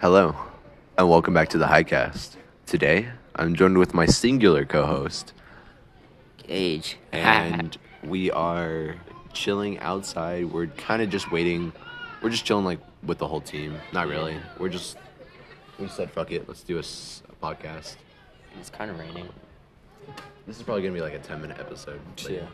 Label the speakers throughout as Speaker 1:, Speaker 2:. Speaker 1: Hello, and welcome back to the Highcast. Today, I'm joined with my singular co-host,
Speaker 2: Age.
Speaker 1: and we are chilling outside. We're kind of just waiting. We're just chilling like with the whole team. Not really. We're just we said fuck it. Let's do a, s- a podcast.
Speaker 2: it's kind of raining.
Speaker 1: This is probably gonna be like a 10 minute episode. but
Speaker 2: Yeah.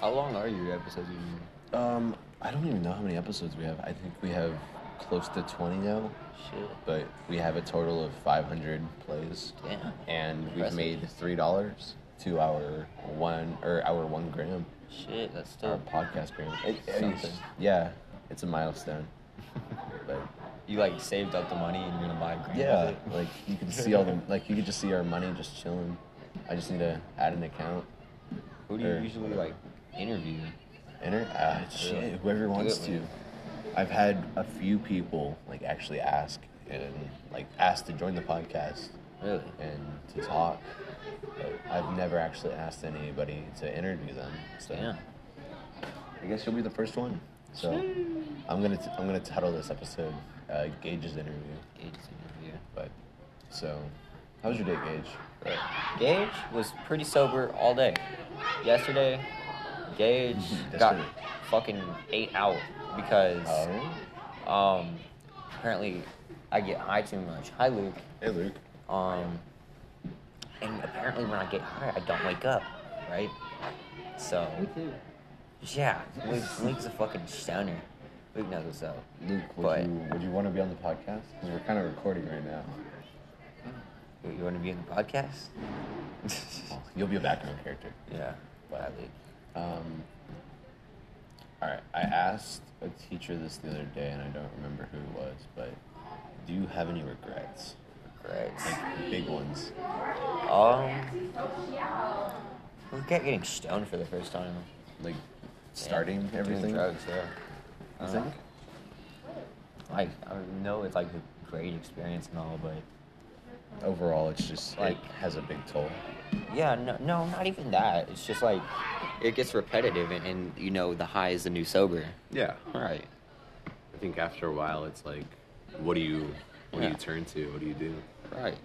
Speaker 2: How long are your episodes usually?
Speaker 3: Um, I don't even know how many episodes we have. I think we have close to 20 now,
Speaker 2: Shit.
Speaker 3: but we have a total of 500 plays.
Speaker 2: Damn.
Speaker 3: And we've
Speaker 2: Impressive.
Speaker 3: made three dollars to our one or our one gram,
Speaker 2: Shit, that's
Speaker 3: our
Speaker 2: still.
Speaker 3: podcast gram. It- it's
Speaker 2: Something.
Speaker 3: something. Yeah, it's a milestone. but
Speaker 2: You like saved up the money and you're gonna buy a grand.
Speaker 3: yeah, like you can see all the like you could just see our money just chilling. I just need to add an account.
Speaker 2: Who
Speaker 3: do
Speaker 2: do
Speaker 3: you
Speaker 2: you
Speaker 3: Or-
Speaker 2: usually
Speaker 3: usually,
Speaker 2: like interview?
Speaker 3: Enter? Uh, shit, whoever wants to.
Speaker 2: man.
Speaker 3: I've had a few people like actually ask and like ask to join the podcast
Speaker 2: Really?
Speaker 3: and to talk, but I've never actually asked anybody to interview them. So
Speaker 2: Damn.
Speaker 3: I guess you'll be the first one. So I'm gonna t- I'm gonna title this episode uh, Gage's interview.
Speaker 2: Gage's interview.
Speaker 3: But so, how was your day, Gage?
Speaker 2: Gage was pretty sober all day. Yesterday, Gage got
Speaker 3: Yesterday.
Speaker 2: fucking ate out because
Speaker 3: Oh,
Speaker 2: um apparently I get high too much. Hi Luke.
Speaker 3: hey Luke.
Speaker 2: Um, and apparently when I get high, I don't wake up, right? So, yeah, Luke, Luke's a fucking stoner. Luke knows what's up.
Speaker 3: Luke, would
Speaker 2: But-
Speaker 3: you would you want to be on the podcast? Because we're kind of recording right now.
Speaker 2: You, want to be in the podcast?
Speaker 3: You'll be a background character.
Speaker 2: yeah. Bye, Luke.
Speaker 3: Um, all right. I asked a teacher this the other day, and I don't remember who it was, but do you have any regrets?
Speaker 2: Great.
Speaker 3: Like big ones.
Speaker 2: Um, regret Um, getting stoned for the first time.
Speaker 3: Like starting
Speaker 2: Doing
Speaker 3: everything?
Speaker 2: drugs, yeah.
Speaker 3: You
Speaker 2: Uh,
Speaker 3: think?
Speaker 2: Like, I know it's like a great experience and all, but
Speaker 3: Overall, it's just, like,
Speaker 2: Like-
Speaker 3: it has a big toll.
Speaker 2: Yeah, no, no, not even that. It's just like it gets repetitive, and, and you know the high is the new sober.
Speaker 1: Yeah.
Speaker 2: Right.
Speaker 1: I think after a while, it's like, what do you, what do
Speaker 2: Yeah.
Speaker 1: you turn to? What do you do?
Speaker 2: Right.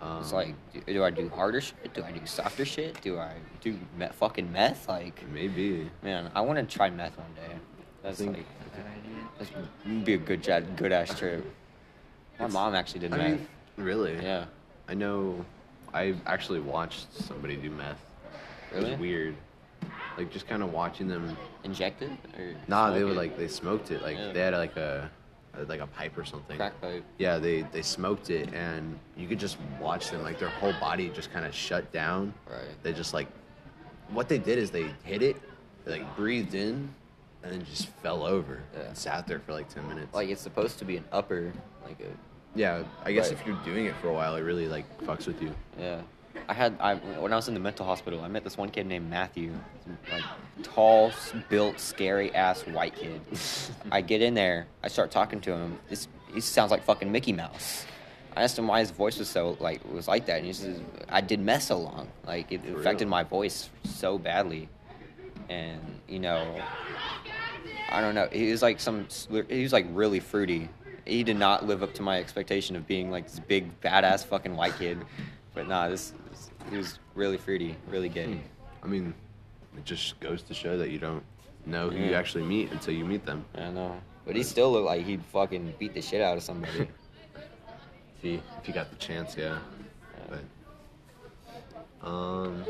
Speaker 1: Um,
Speaker 2: It's like, do, do I do harder shit? Do I do softer shit? Do I do me- fucking meth? Like,
Speaker 1: maybe.
Speaker 2: man, I want to try meth one day. That's
Speaker 1: think-
Speaker 2: like, that's would be a good ja- good ass trip. My mom actually did
Speaker 1: I
Speaker 2: meth.
Speaker 1: mean, really?
Speaker 2: yeah.
Speaker 1: I know. I actually watched somebody do meth. It
Speaker 2: Really?
Speaker 1: was weird. Like just kind of watching them.
Speaker 2: Injected or?
Speaker 1: Nah, they
Speaker 2: smoke
Speaker 1: would
Speaker 2: it?
Speaker 1: like they smoked it. Like
Speaker 2: Yeah.
Speaker 1: they had like a like a pipe or something.
Speaker 2: crack pipe.
Speaker 1: Yeah, they they smoked it, and you could just watch them. Like their whole body just kind of shut down.
Speaker 2: Right.
Speaker 1: They just like, what they did is they hit it, they, like breathed in, and then just fell over.
Speaker 2: Yeah.
Speaker 1: And sat there for like ten minutes.
Speaker 2: Like it's supposed to be an upper, like a
Speaker 1: yeah, I guess
Speaker 2: Right.
Speaker 1: if you're doing it for a while, it really like fucks with you.
Speaker 2: Yeah. I had I when I was in the mental hospital, I met this one kid named Matthew, like tall, s- built, scary ass white kid. I get in there, I start talking to him. This he sounds like fucking Mickey Mouse. I asked him why his voice was so like was like that, and he says, "I did mess so long, like it
Speaker 1: For
Speaker 2: affected
Speaker 1: real?
Speaker 2: my voice so badly." And you know, I don't know. He was like some. He was like really fruity. He did not live up to my expectation of being like this big badass fucking white kid. But nah, this, this he was really fruity, really gay.
Speaker 1: I mean, it just goes to show that you don't know who you
Speaker 2: Yeah.
Speaker 1: actually meet until you meet them.
Speaker 2: I don't know. But he still looked like he'd fucking beat the shit out of somebody.
Speaker 1: See, if you got the chance, yeah. But, um,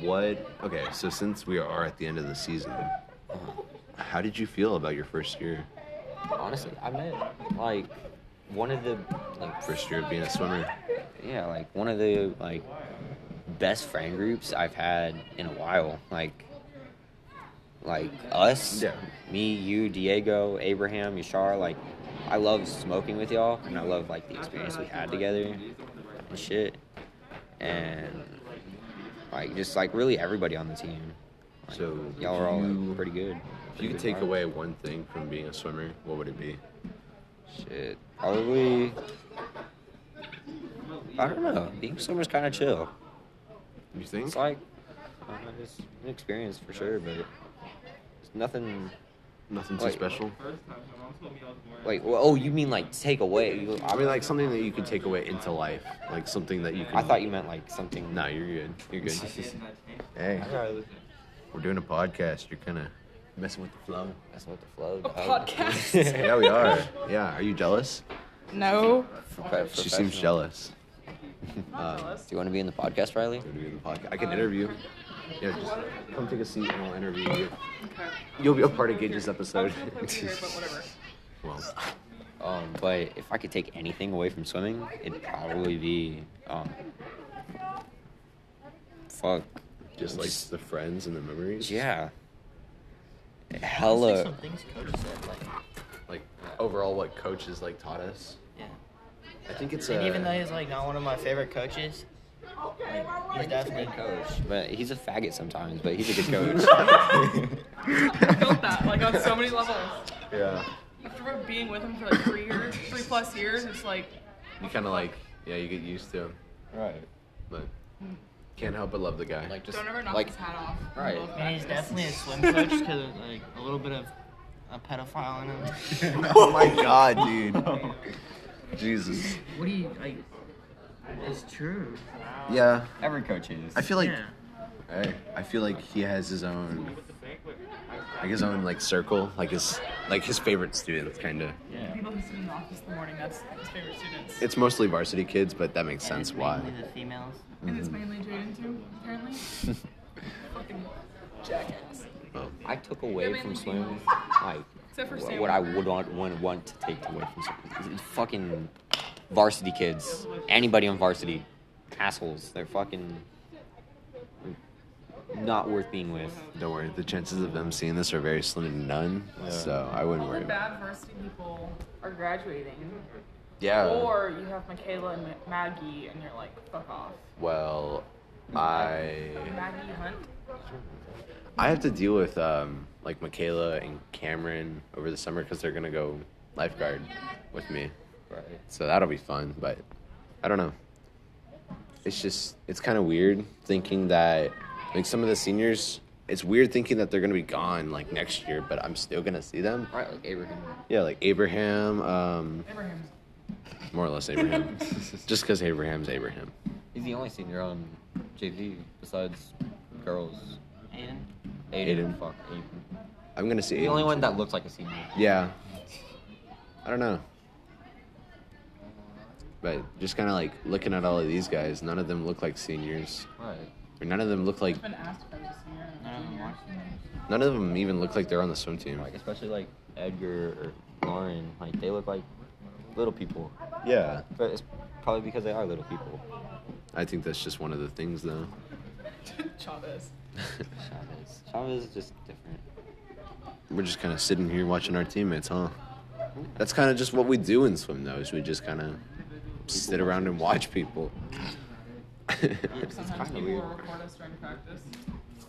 Speaker 1: what? Okay, so since we are at the end of the season, Uh-huh. how did you feel about your first year?
Speaker 2: Honestly, I met like one of the like
Speaker 1: First year of being a swimmer.
Speaker 2: yeah, like one of the like best friend groups I've had in a while. Like like us,
Speaker 1: Yeah.
Speaker 2: me, you, Diego, Abraham, Yashar. Like I love smoking with y'all, and I love like the experience we had together and shit, and like just like really everybody on the team. Like,
Speaker 1: So
Speaker 2: y'all are all
Speaker 1: you-
Speaker 2: like, pretty good.
Speaker 1: If you could take away one thing from being a swimmer, what would it be?
Speaker 2: Shit. Probably. I don't know. Being swimmer's kind of chill.
Speaker 1: You think?
Speaker 2: It's uh, like, I don't know, it's an experience for sure, but it's nothing
Speaker 1: Nothing too
Speaker 2: Wait.
Speaker 1: special.
Speaker 2: Wait, well, oh, you mean like take away? You,
Speaker 1: I mean, like something that you could take away into life, like something that you can.
Speaker 2: I thought you meant like something.
Speaker 1: No, you're good. You're good. hey, we're doing a podcast. You're kind of messing with the flow.
Speaker 2: That's what the flow.
Speaker 4: A podcast?
Speaker 1: yeah, we are. Yeah, are you jealous?
Speaker 4: No.
Speaker 1: She seems jealous.
Speaker 4: Not jealous.
Speaker 2: Do you want to be in the podcast, Riley?
Speaker 1: You're gonna be in the podcast. I can interview. Yeah, just come take a seat and I'll interview you.
Speaker 4: Okay.
Speaker 1: You'll be a part of Gage's
Speaker 4: I
Speaker 1: episode.
Speaker 4: was gonna play weird, but whatever.
Speaker 1: well,
Speaker 2: Um, but if I could take anything away from swimming, it'd probably be um. Fuck.
Speaker 1: just like the friends and the memories.
Speaker 2: Yeah.
Speaker 5: Hello.
Speaker 2: Hella.
Speaker 5: Some things Coda said, like,
Speaker 1: Like uh, overall, what coaches like taught us.
Speaker 5: yeah.
Speaker 1: I think it's uh,
Speaker 5: And
Speaker 1: a.
Speaker 5: even though he's like not one of my favorite coaches, like, he's definitely
Speaker 2: But he's a faggot sometimes, but he's a good coach.
Speaker 4: I felt that, like, on so many levels.
Speaker 1: yeah.
Speaker 4: After being with him for like three years, three plus years, it's like,
Speaker 1: You kind of like yeah, you get used to him,
Speaker 3: Right.
Speaker 1: but can't help but love the guy.
Speaker 2: like just
Speaker 4: don't ever knock
Speaker 2: like
Speaker 4: his hat off.
Speaker 2: right.
Speaker 4: Love
Speaker 5: And he's
Speaker 4: practice.
Speaker 5: definitely a swim coach because like a little bit of a pedophile in him.
Speaker 1: oh my god, dude. Jesus.
Speaker 5: What do you like? It's true.
Speaker 1: Yeah,
Speaker 2: every coach is.
Speaker 1: I feel like
Speaker 5: yeah.
Speaker 1: I, I feel like he has his own like his own like circle, like his like his favorite students kind of.
Speaker 5: Yeah.
Speaker 4: People who sit in the office in the morning, that's his favorite students.
Speaker 1: It's mostly varsity kids, but that makes sense why.
Speaker 5: Mainly the females.
Speaker 4: And it's mainly Jaden too, apparently. Fucking jackass.
Speaker 1: Well,
Speaker 2: I took away
Speaker 4: You're
Speaker 2: from
Speaker 4: mainly
Speaker 2: swimming like
Speaker 4: Except for
Speaker 2: wh-
Speaker 4: Sam.
Speaker 2: what I would want want, want to take away from swimming. It's fucking varsity kids. Anybody on varsity, assholes. They're fucking not worth being with.
Speaker 1: don't worry, the chances of them seeing this are very slim to none, so I wouldn't
Speaker 4: All
Speaker 1: worry
Speaker 4: the
Speaker 1: about.
Speaker 4: bad varsity people are graduating.
Speaker 1: It.
Speaker 2: Uh.
Speaker 1: Yeah.
Speaker 4: Or you have Michaela and Ma- Maggie, and you're like, fuck off.
Speaker 1: Well, I
Speaker 4: Maggie Hunt?
Speaker 1: I have to deal with um like Michaela and Cameron over the summer because they're gonna go lifeguard with me.
Speaker 2: Right.
Speaker 1: So that'll be fun, but I don't know. It's just it's kind of weird thinking that like some of the seniors it's weird thinking that they're going to be gone like next year, but I'm still going to see them.
Speaker 2: Right, like Abraham.
Speaker 1: Yeah, like Abraham um
Speaker 4: Abraham's.
Speaker 1: more or less Abraham. just cuz Abraham's Abraham.
Speaker 2: He's the only senior on JV besides girls.
Speaker 5: Aiden.
Speaker 2: Aiden.
Speaker 1: Aiden.
Speaker 2: Fuck. Aiden.
Speaker 1: I'm going to see
Speaker 2: The only
Speaker 1: Aiden,
Speaker 2: one
Speaker 1: too.
Speaker 2: that looks like a senior.
Speaker 1: Yeah. I don't know. But just kind of like looking at all of these guys, none of them look like seniors.
Speaker 2: Right.
Speaker 1: Or none of them look like
Speaker 4: I've been asked if I was a senior. and I'm
Speaker 5: None of
Speaker 4: a
Speaker 5: them
Speaker 4: junior.
Speaker 5: watched
Speaker 1: none of them even look like they're on the swim team.
Speaker 2: Like especially like Edgar or Lauren. Like they look like little people.
Speaker 1: Yeah.
Speaker 2: But it's probably because they are little people.
Speaker 1: I think that's just one of the things, though.
Speaker 4: Chavez.
Speaker 2: Chavez. Chavez is just different.
Speaker 1: We're just kind of sitting here watching our teammates, huh? That's kind of just what we do in swim, though. Is we just kind of sit around and watch people,
Speaker 4: Sometimes people will record us during practice.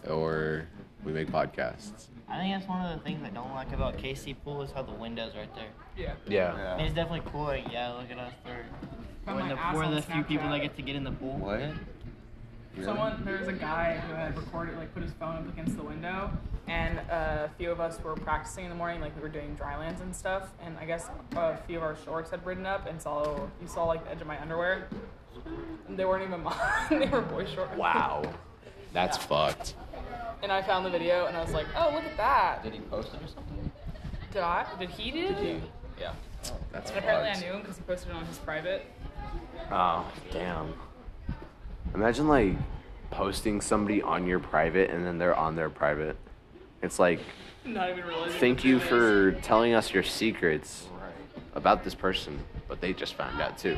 Speaker 1: or we make podcasts.
Speaker 5: I think that's one of the things I don't like about KC Pool is how the window's right there.
Speaker 4: Yeah.
Speaker 1: Yeah.
Speaker 5: I mean, it's definitely cool. Like, yeah, look at us. We're,
Speaker 4: Got
Speaker 5: we're
Speaker 4: my
Speaker 5: the,
Speaker 4: ass
Speaker 5: we're
Speaker 4: on
Speaker 5: the few people that
Speaker 4: Snapchat.
Speaker 5: get to get in the pool.
Speaker 2: What?
Speaker 4: Someone there was a guy who had recorded like put his phone up against the window, and uh, a few of us were practicing in the morning, like we were doing dry lands and stuff. And I guess a few of our shorts had ridden up, and so you saw like the edge of my underwear. And they weren't even mine; they were boy shorts.
Speaker 1: Wow, that's fucked.
Speaker 4: And I found the video, and I was like, "Oh, look at that!
Speaker 2: Did he post it or something?
Speaker 4: Did I? Did he do? Did
Speaker 1: you?
Speaker 4: Yeah."
Speaker 1: That's
Speaker 4: And apparently, I
Speaker 1: fucked.
Speaker 4: knew him because he posted it on his private.
Speaker 1: Oh, damn. Imagine like posting somebody on your private and then they're on their private. It's like,
Speaker 4: Not even realizing.
Speaker 1: thank
Speaker 4: who
Speaker 1: you
Speaker 4: it is.
Speaker 1: for telling us your secrets
Speaker 2: Right.
Speaker 1: about this person, but they just found out too.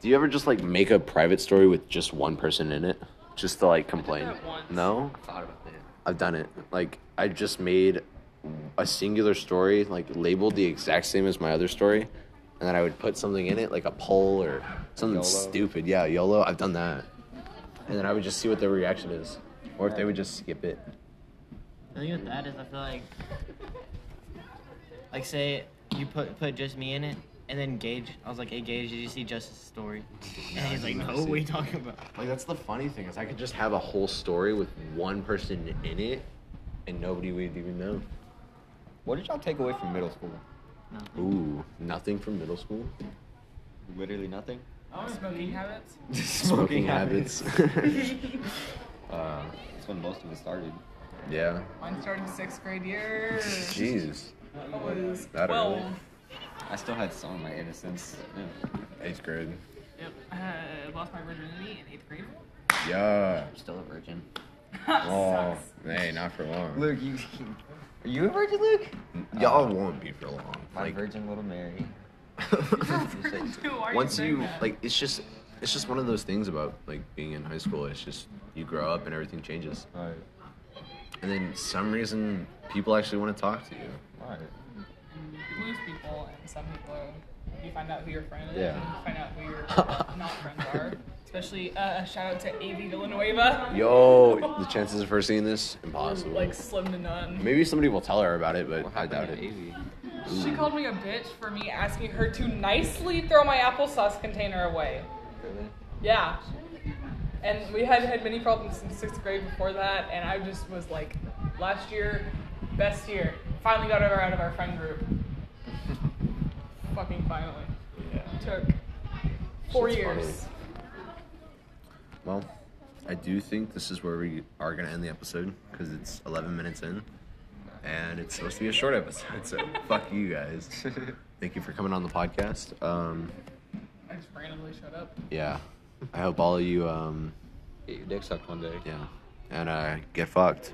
Speaker 1: Do you ever just like make a private story with just one person in it? Just to like complain?
Speaker 4: that once.
Speaker 1: No?
Speaker 2: Thought about that.
Speaker 1: I've done it. Like I just made a singular story, like labeled the exact same as my other story, and then I would put something in it, like a poll or something
Speaker 2: YOLO.
Speaker 1: stupid. Yeah, YOLO. I've done that, and then I would just see what their reaction is, or if they would just skip it.
Speaker 5: The thing with that is, I feel like, like say you put put just me in it, and then Gage. I was like, "Hey Gage, did you see Justice's story?" And he's like,
Speaker 1: didn't
Speaker 5: "No,
Speaker 1: see
Speaker 5: what are you
Speaker 1: it."
Speaker 5: talking about?"
Speaker 1: Like that's the funny thing is I could just have a whole story with one person in it, and nobody would even know.
Speaker 2: What did y'all take away from middle school?
Speaker 5: Nothing.
Speaker 1: Ooh, nothing from middle school.
Speaker 2: Literally nothing.
Speaker 4: Oh, smoking habits.
Speaker 1: Smoking habits. uh,
Speaker 2: That's when most of it started.
Speaker 1: yeah.
Speaker 4: Mine started sixth grade year.
Speaker 1: Jeez.
Speaker 4: I was
Speaker 1: That early.
Speaker 4: twelve.
Speaker 2: I still had some of my innocence. Yeah.
Speaker 1: Eighth grade.
Speaker 4: Yep. I lost my virginity in eighth grade.
Speaker 1: Yeah.
Speaker 2: I'm still a virgin.
Speaker 1: Oh,
Speaker 4: Sucks.
Speaker 1: hey, not for long. uh,
Speaker 2: Luke, you are you a virgin, Luke?
Speaker 1: Y'all won't be for long.
Speaker 2: My virgin little Mary.
Speaker 4: Why are
Speaker 1: once
Speaker 4: saying
Speaker 1: you
Speaker 4: that?
Speaker 1: like it's just it's just one of those things about like being in high school it's just you grow up and everything changes
Speaker 2: All right.
Speaker 1: and then some reason people actually want to talk to you
Speaker 2: All right.
Speaker 4: you lose people, and some people are, you find out who your friend is,
Speaker 1: Yeah.
Speaker 4: and you find out who your not friends are. Especially uh, shout out to AV Villanueva.
Speaker 1: yo the chances of her seeing this impossible
Speaker 4: Like slim to none.
Speaker 1: maybe somebody will tell her about it but
Speaker 2: What
Speaker 1: i
Speaker 2: happened
Speaker 1: doubt
Speaker 2: to
Speaker 1: it
Speaker 2: Avery?
Speaker 4: She called me a bitch for me asking her to nicely throw my applesauce container away.
Speaker 2: Really?
Speaker 4: Yeah. And we had had many problems in sixth grade before that, and I just was like, last year, best year. Finally got her out of our friend group. Fucking finally. Took four
Speaker 1: Shit's
Speaker 4: years.
Speaker 1: funny. well i do think this is where we are going to end the episode because it's 11 minutes in and it's supposed to be a short episode so fuck you guys thank you for coming on the podcast um
Speaker 4: I just randomly showed up.
Speaker 1: yeah i hope all of you um
Speaker 2: Get your dick sucked one day.
Speaker 1: Yeah. And uh, get fucked.